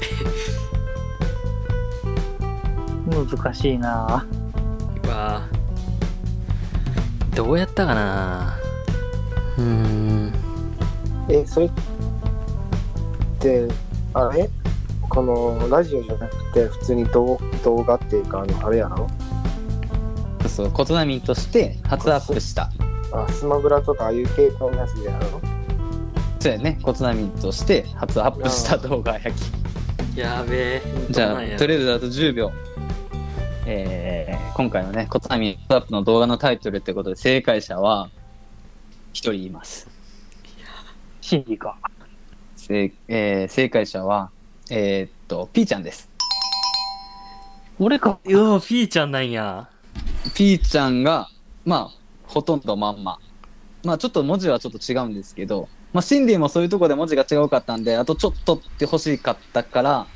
難しいなうわどうやったかなうーんえ、それって、あれこのラジオじゃなくて、普通に動動画っていうか、あの、あれやろそうことなみんとして初アップしたあスマブラとかああいう系統のやつでやろそうやねことなみんとして初アップした動画やきやべえじどうゃなんやあとりあえずあと10秒えー、今回のねことなみん初アップの動画のタイトルってことで正解者は1人いますシンディか正,、えー正解者はえーっとピーちゃんです俺かうわピーちゃんなんやピーちゃんが、まあ、ほとんどまんま。まあ、ちょっと文字はちょっと違うんですけど、まあ、シンディもそういうとこで文字が違うかったんで、あとちょっとって欲しかったから、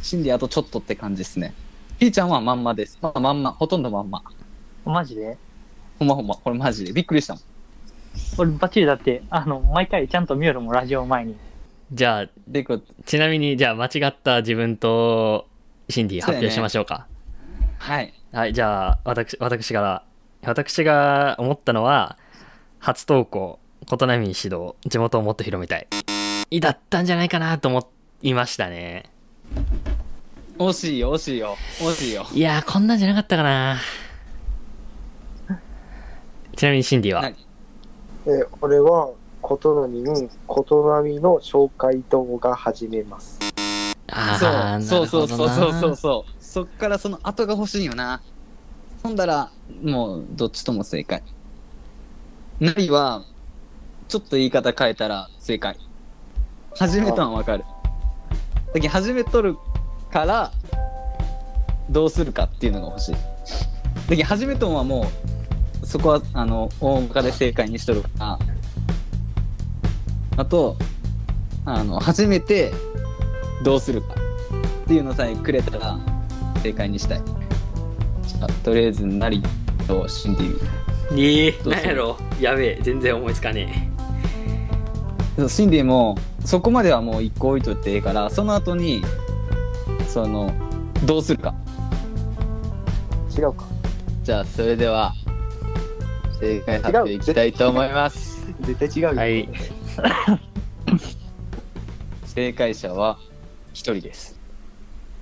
シンディあとちょっとって感じですね。ピーちゃんはまんまです。まあ、まんま、ほとんどまんま。マジでほんまほんま、これマジで。びっくりしたもん。俺バッチリだってあの毎回ちゃんと見よるもんラジオ前にじゃあで、こう、ちなみにじゃあ間違った自分とシンディ発表しましょうかはい。はい、じゃあ、私、私から、私が思ったのは、初投稿、琴波指導、地元をもっと広めたい。だったんじゃないかなと思いましたね。惜しいよ、惜しいよ、惜しいよ。いやー、こんなんじゃなかったかな。ちなみにシンディは、何うえ、俺は、ことのみん、ことなみの紹介動画始めます。あーそうそうそうそうそうそうう。そう。そっからその後が欲しいよな。ほんだら、もうどっちとも正解。ないは、ちょっと言い方変えたら正解。始めたんわかる。だけど始めとるから、どうするかっていうのが欲しい。だけど始めとんはもう、そこは、あの、大向かで正解にしとるから。あと、あの、初めて、どうするかっていうのさえくれたら正解にしたいじゃあとりあえずなりとシンディにどうするなんやろやべえ、全然思いつかねそうシンディもそこまではもう一個置いといてええからその後にそのどうするか違うかじゃあそれでは正解発表いきたいと思います絶対違うよ、はい。正解者は1人です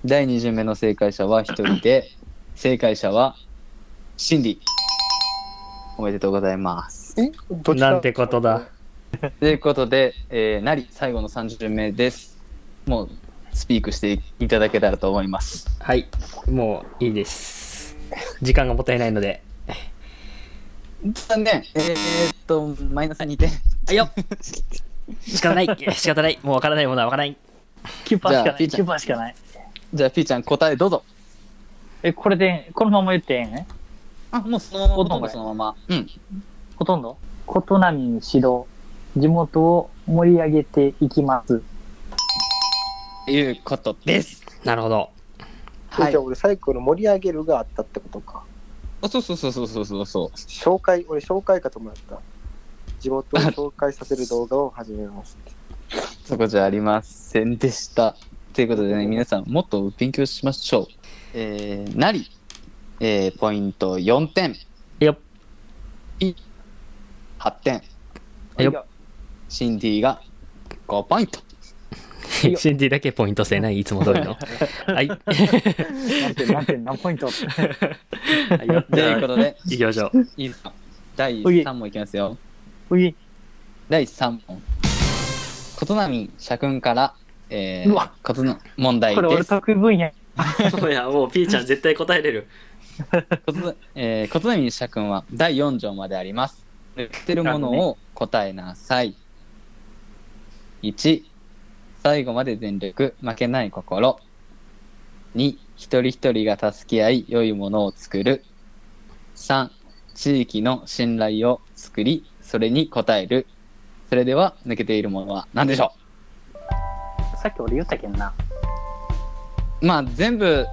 第2巡目の正解者は1人で正解者はシンディおめでとうございますえどっちだなんてことだ。ということで、えー、なり最後の3巡目ですもうスピークしていただけたらと思いますはい。もういいです。時間がもったいないので。残念えー、っとマイナス2点 あよっ仕方ない。 仕方ない。もうわからないものはわからない。 9%しかない。じゃあピーちゃん9%しかない。じゃあピーちゃん答えどうぞえ、これで、このまま言ってええんねあもうそのままほほととんんどどそのままうんほとんど琴波指導。地元を盛り上げていきます。いうことですなるほど。はいじゃあ俺最後の盛り上げるがあったってことかあそうそうそうそうそうそうそう紹介俺紹介かと思った地元を紹介させる動画を始めますってそこじゃありませんでした。ということでね、皆さんもっと勉強しましょう。えー、なり、えー、ポイント4点、よっ。 8点。よっ。シンディが5ポイント。 シンディだけポイント制 ない。いつも通りの。 はい。何点何点何ポイン トはいよ ということで、行きましょう。いいですか第3問いきますよ。うい第3問。ことなみん、社訓から、えうーわ、ことの問題これで俺す。こ得意分野。いや、もうピーちゃん絶対答えれる。とえーことなみん、社訓は第4条まであります。売ってるものを答えなさい。1、最後まで全力、負けない心。2、一人一人が助け合い、良いものを作る。3、地域の信頼を作り、それに応える。それでは、抜けているものは何でしょさっき俺言ったけんな。うまあ、全部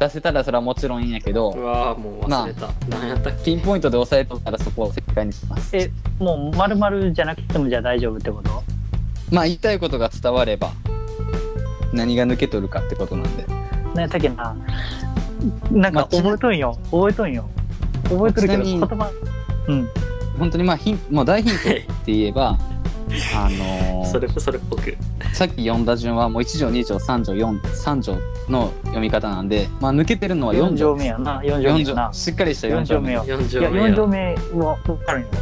出せたらそれはもちろんいいんやけど、わあ、もう忘れた。何やったっけピンポイントで押さえとったらそこを正解にします。え、もう丸々じゃなくてもじゃあ大丈夫ってことまあ、言いたいことが伝われば、何が抜けとるかってことなんで。何やったっけな。なんまあかちな覚えとんよ。覚えとんよ。覚えとるけど、ちなみに言葉。うん。本当にまあヒンもう大ヒントって言えば あのーそれもそれっぽく。さっき読んだ順はもう1条2条3条4 3条の読み方なんで、まあ、抜けてるのは4 4条条で目すやな。4条目や四な条。しっかりした4 4条条目目よ。 4い条や、目4条よ。目は分かるんよ、ね。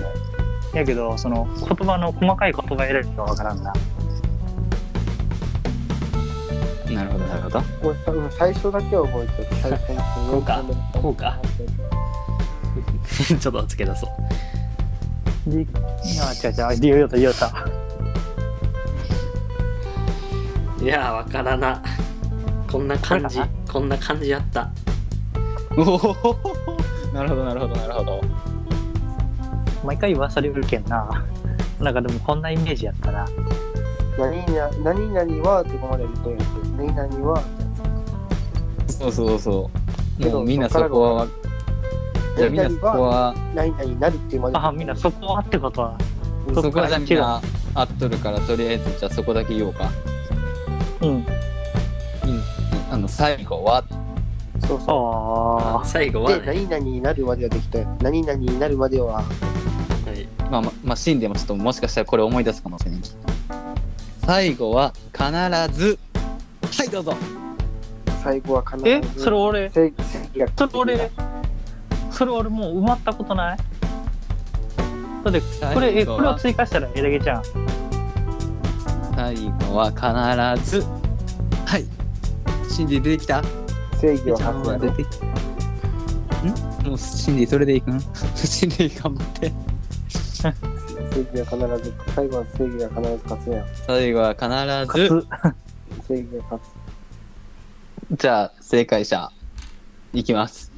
やけど、その、言葉の細かい言葉選びが分からんな。なるほどなるほど俺さうん最初だけは覚えてる最初のこうかこうかちょっとつけ出そう。で、あ、違う違うあ、言おうと言おうと。いやーわからなこんな感じこれこんな感じやったおお なるほどなるほどなるほど毎回言わされるけんな。なんかでもこんなイメージやったら、何々何々はどこまで言ってる何々はそうそうそうけどもうみんなそこはじゃあみんなそこは何々なるっていうまであ、みんなそこはってことは、そっかそこはじゃあみんな合っとるからとりあえずじゃあそこだけ言おうかうん。あの最後はそうそうああ、最後はでね、何々になるまではできたよ何々になるまでははいまあ、ままあ、シーンでもちょっともしかしたらこれ思い出すかもしれない。最後は必ず、はい、どうぞ。最後は必ずえ、それ俺、正正義がそれ俺、それ俺もう埋まったことないだって、これ、え、これを追加したらええだけじゃん。最後は必ず、はい。シンディ出てきた正義ピはちゃん発はやろ出てきた。んもうシンディそれでいく んシンディ頑張って。正義は必ず最後は正義が必ず勝つやん最後は必ず、つ正義が勝つじゃあ正解者、いきます。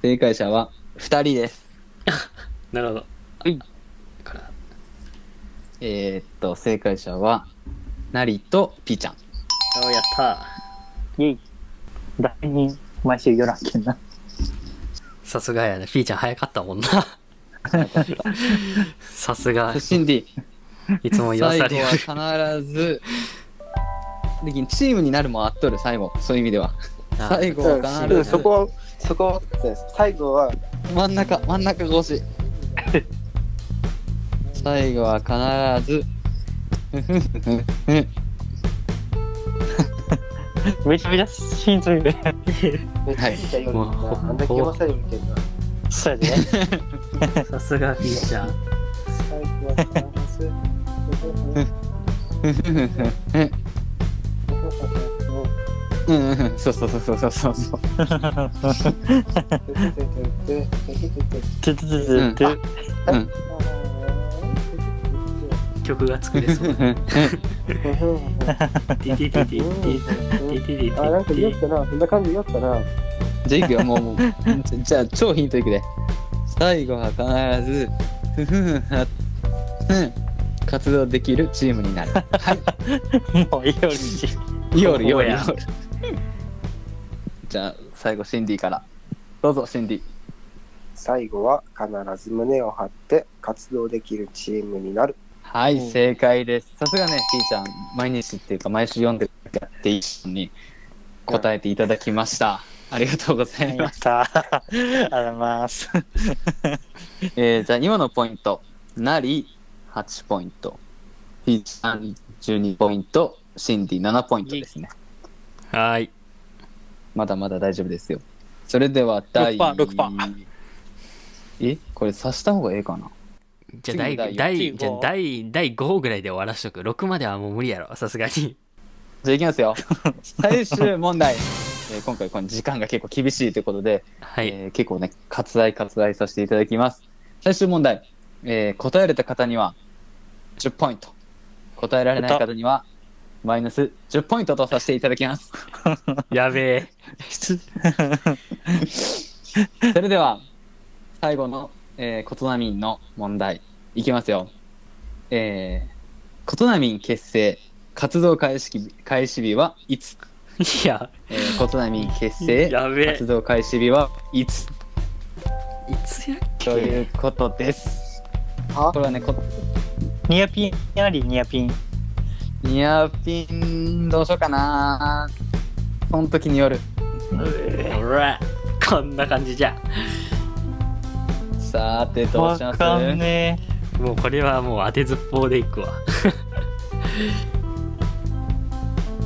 正解者は2人です。なるほどはいからえー、っと、正解者は、ナリとピーちゃん。おやったイェイ。誰に毎週寄らんけんな。さすが やねピーちゃん早かったもんなさすがシンディ、いつも言わされる最後は必ずでチームになるもあっとる最後そういう意味ではあ最後は必うんずそこは、そこは、そうです最後は、真ん中真ん中越し最後は必ずめちゃめちゃしんどいね。めっちゃいいじゃん、もう読んでるな。あんだけ読まされるけどな。そうやね。さすがティーチャー最後は必ずうんうんそうそうそうそうそうそうそうずずずずず。うん曲が作れそうティティティティティティティティティ あ、なんかテ酔ィったな。そんな感じで酔ったな。じゃあいくよもうもうじゃあ超ヒントいくで最後は必ずふふふはうん活動できるチームになるもういいよ、リチ。夜ここ夜や夜じゃあ最後シンディからどうぞシンディ最後は必ず胸を張って活動できるチームになる。はい、うん正解ですさすがねピーちゃん毎日っていうか毎週読んでやっていいのに答えていただきました、ありがとうございやまっす、た。ありがとうございます。えーじゃあ今のポイントなり8ポイントピーちゃん12ポイントシンディ7ポイントですねはーいまだまだ大丈夫ですよそれでは第6パー6パーえこれ刺した方がええかなじゃあ次第だよ第次じゃあ五第第5ぐらいで終わらしとく6まではもう無理やろさすがにじゃあい きますよ最終問題、えー今回この時間が結構厳しいということで、はい、えー結構ね割愛割愛させていただきます最終問題、えー答えられた方には10ポイント答えられない方にはマイナス10ポイントとさせていただきます やべえそれでは最後の、えー、コトナミンの問題いきますよえー、コトナミン結成活動開始日開始日はいついやえー、コトナミン結成やべえ活動開始日はいついつやっということです。あこれはね、こニアピン、やはりニアピン。ニアピンどうしようかな。その時による。けほらこんな感じじゃさーて、どうわしますかんねもうこれはもう当てずっぽうでいくわ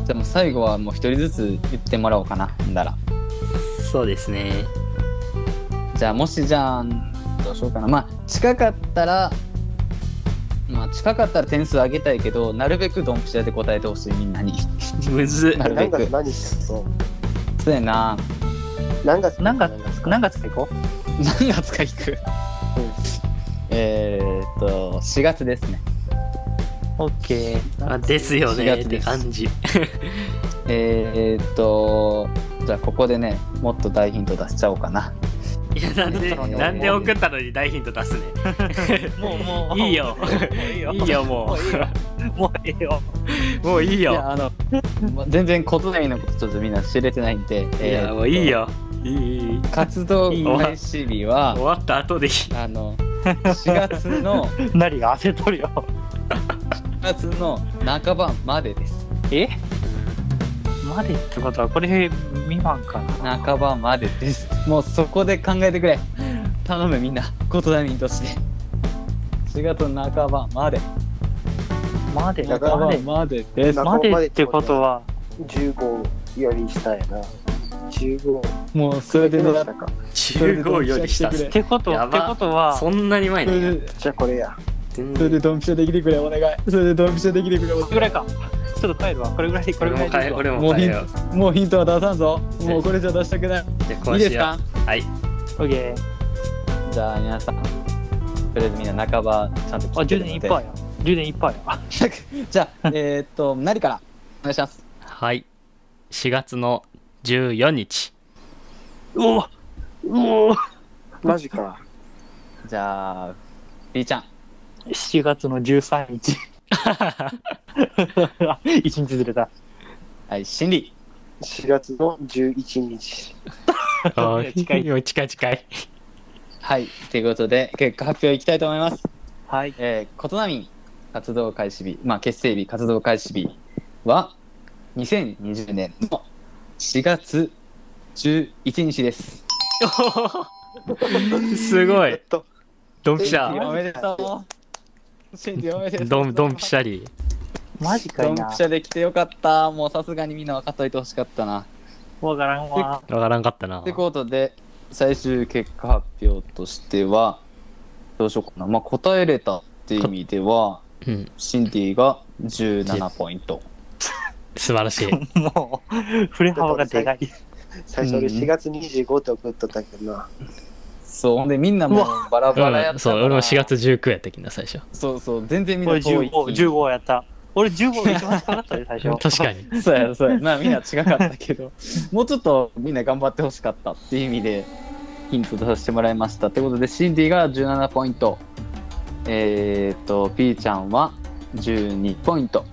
じゃあもう最後はもう一人ずつ言ってもらおうかな。なら。そうですねじゃあもしじゃあ、どうしようかな。まあ、近かったら、まあ、近かったら点数上げたいけど、なるべくドンピシャで答えてほしい、みんなに。むずなるべ何月く。何日そ うそうやな。何月何月月え。何月で行こ 何月か行く。えーっと、4月ですね。うオッケー。あですよ4ねっ月てです感じえーっと、じゃあここでね、もっと大ヒント出しちゃおうかな。いやなんでなんで送ったのに大ヒント出すねもうもう。いい よいいよ。いいよももういいよ。もういいよ。う もういいいよや、あの、ま全然小伝いのことちょっとみんな知れてないんで、いえーっやともういい。よいいいいいい活動開始日は終、わった後でいいあの、4月の、4何が焦っとるよ。月の半ばまでです。えまでってことは、これ未満かな。半ばまでです。もうそこで考えてくれ。頼むみんな、小伝いとして。4月の半ばまで。まで、半まばで、までです。までってことは、 15より下やな。15もうそれでど狙うっ したか。 15より下それでってことやは、ってばことは、そんなに前そなれんやでじゃあこれや。全それ然でドンピシャできてくれお願いそれでドンピシャできてくれおこれぐらいか。ちょっと帰るわ。これぐらいで、こ俺れぐもらい変でいえいわ。俺も変えようもうヒントは出さんぞもうこれじゃ出したくないじゃあいこいうですしよかうはいオッケじゃあ皆さんとりあえずみんな半ばちゃんとー。あ、充電いっぱいや。充電いっぱいや。い じゃあえーっと何からお願いしますはい4月の14日うおうおマジか。じゃあ B ちゃん !7 月の13日。 一日ずれた。はい心理4月の11日。あ ー近いい近い近いはいということで結果発表いきたいと思いますはい。えー、ことなみん活動開始日、まあ、結成日、活動開始日は、2020年の4月11日です。 すごい。ドンピシおャ。めでとう。シンディおめでとう。ドン、ドンピシャリ。マジかドいンピな。シャできてよかった。もうさすがにみんな分かっといてほしかったな。わからんわわ。からんかったなという。ことで、最終結果発表としては、どうしようかな。まあ、答えれたっていう意味では、うん。シンディが17ポイント。素晴らしい。もう、振れ幅がでかい。最初俺4月25って送っとったけどな。そう、ほんでみんなもうバラバラやうっん、たそかう、ら俺も4月19やったきな、最初。そうそう、全然みんな俺遠い。 15、15やった。俺15が一番高かったで、最 初。確かに。そうや、そうや。まあみんな違かったけど、 もうちょっとみんな頑張ってほしかったっていう意味で、ヒント出させてもらいました。ということで、シンディが17ポイント。えーっと、ピーちゃんは12ポイント。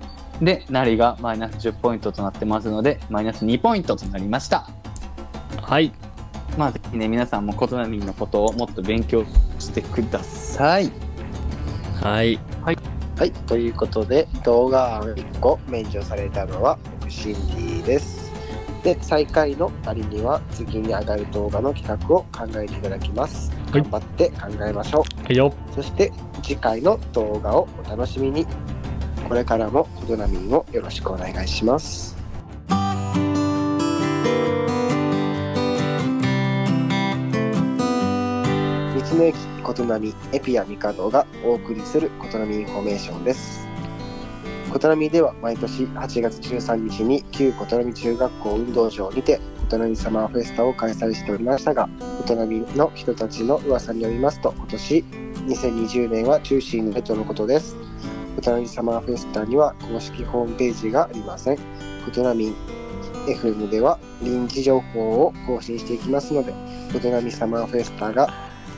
で、ナリがマイナス10ポイントとなってますので、マイナス2ポイントとなりました。はい。まあぜひね、皆さんもことなみのことをもっと勉強してください。はい。 はい、ということで動画案1個免除されたのは僕シンディです。で、最下位のありには次に上がる動画の企画を考えていただきます。はい頑張って考えましょう。はいよ。そして次回の動画をお楽しみに。これからもコトナミンをよろしくお願いします。道の駅ことなみエピアミカドがお送りすることなみインフォメーションです。ことなみでは毎年8月13日に旧ことなみ中学校運動場にてことなみサマーフェスタを開催しておりましたが、ことなみの人たちの噂によりますと今年2020年は中止になるとのことです。ことなみサマーフェスタには公式ホームページがありません。ことなみ FM では臨時情報を更新していきますので、ことなみサマーフェスタが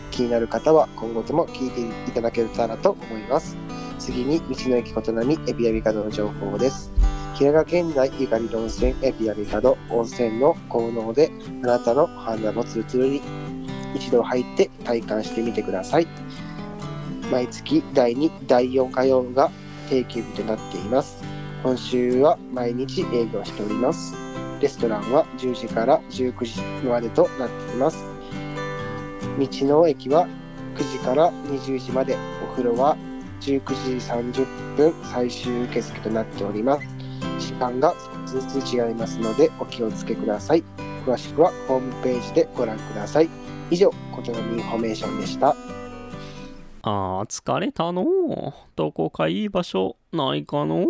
気になる方は今後とも聞いていただけたらと思います。次に道の駅ことなみエビアミカドの情報です。平賀県内ゆかりの温泉エビアミカド温泉の効能であなたの花もツルツルに一度入って体感してみてください。毎月第2、第4火曜が定休日となっています。今週は毎日営業しております。レストランは10時から19時までとなっています。道の駅は9時から20時までお風呂は19時30分最終受付となっております時間が少しずつ違いますのでお気をつけください詳しくはホームページでご覧ください以上ことのみインフォメーションでしたあー疲れたのうどこかいい場所ないかのう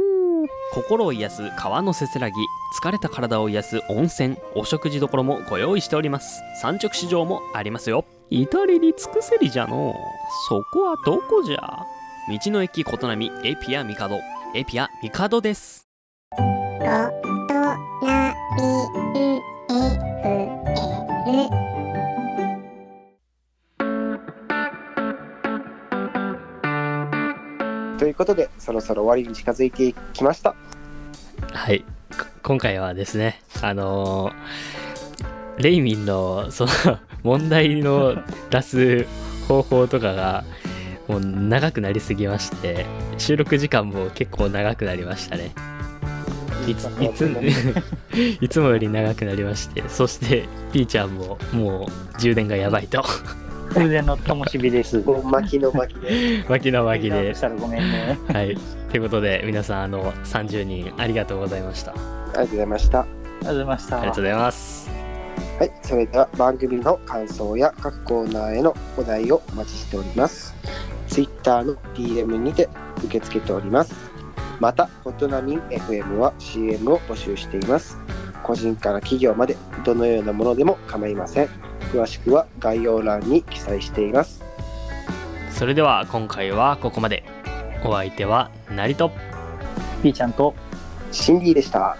心を癒す川のせせらぎ疲れた体を癒す温泉お食事処もご用意しております産直市場もありますよ至れり尽くせりじゃのうそこはどこじゃ道の駅ことなみエピアミカドエピアミカドですということでそろそろ終わりに近づいてきましたはい。こ今回はですね、あのーレイミンの、 その、問題の出す方法とかが、もう長くなりすぎまして、収録時間も結構長くなりましたね。いつ、いつ、 いつもより長くなりまして、そして、ピーちゃんも、もう、充電がやばいと。 腕の灯火です。もう巻きの巻きで脇の脇ダウでンし。たらごめんね。はい。ということで、皆さん、あの、30人、ありがとうございました。ありありがとうございましたありがとうございましがとうたご。ざいます。はい、それでは番組の感想や各コーナーへのお題をお待ちしております。Twitter の DM にて受け付けております。また、ホットナミン FM は CM を募集しています。個人から企業までどのようなものでも構いません。詳しくは概要欄に記載しています。それでは今回はここまでお相手は成とピーちゃんとシンディでした。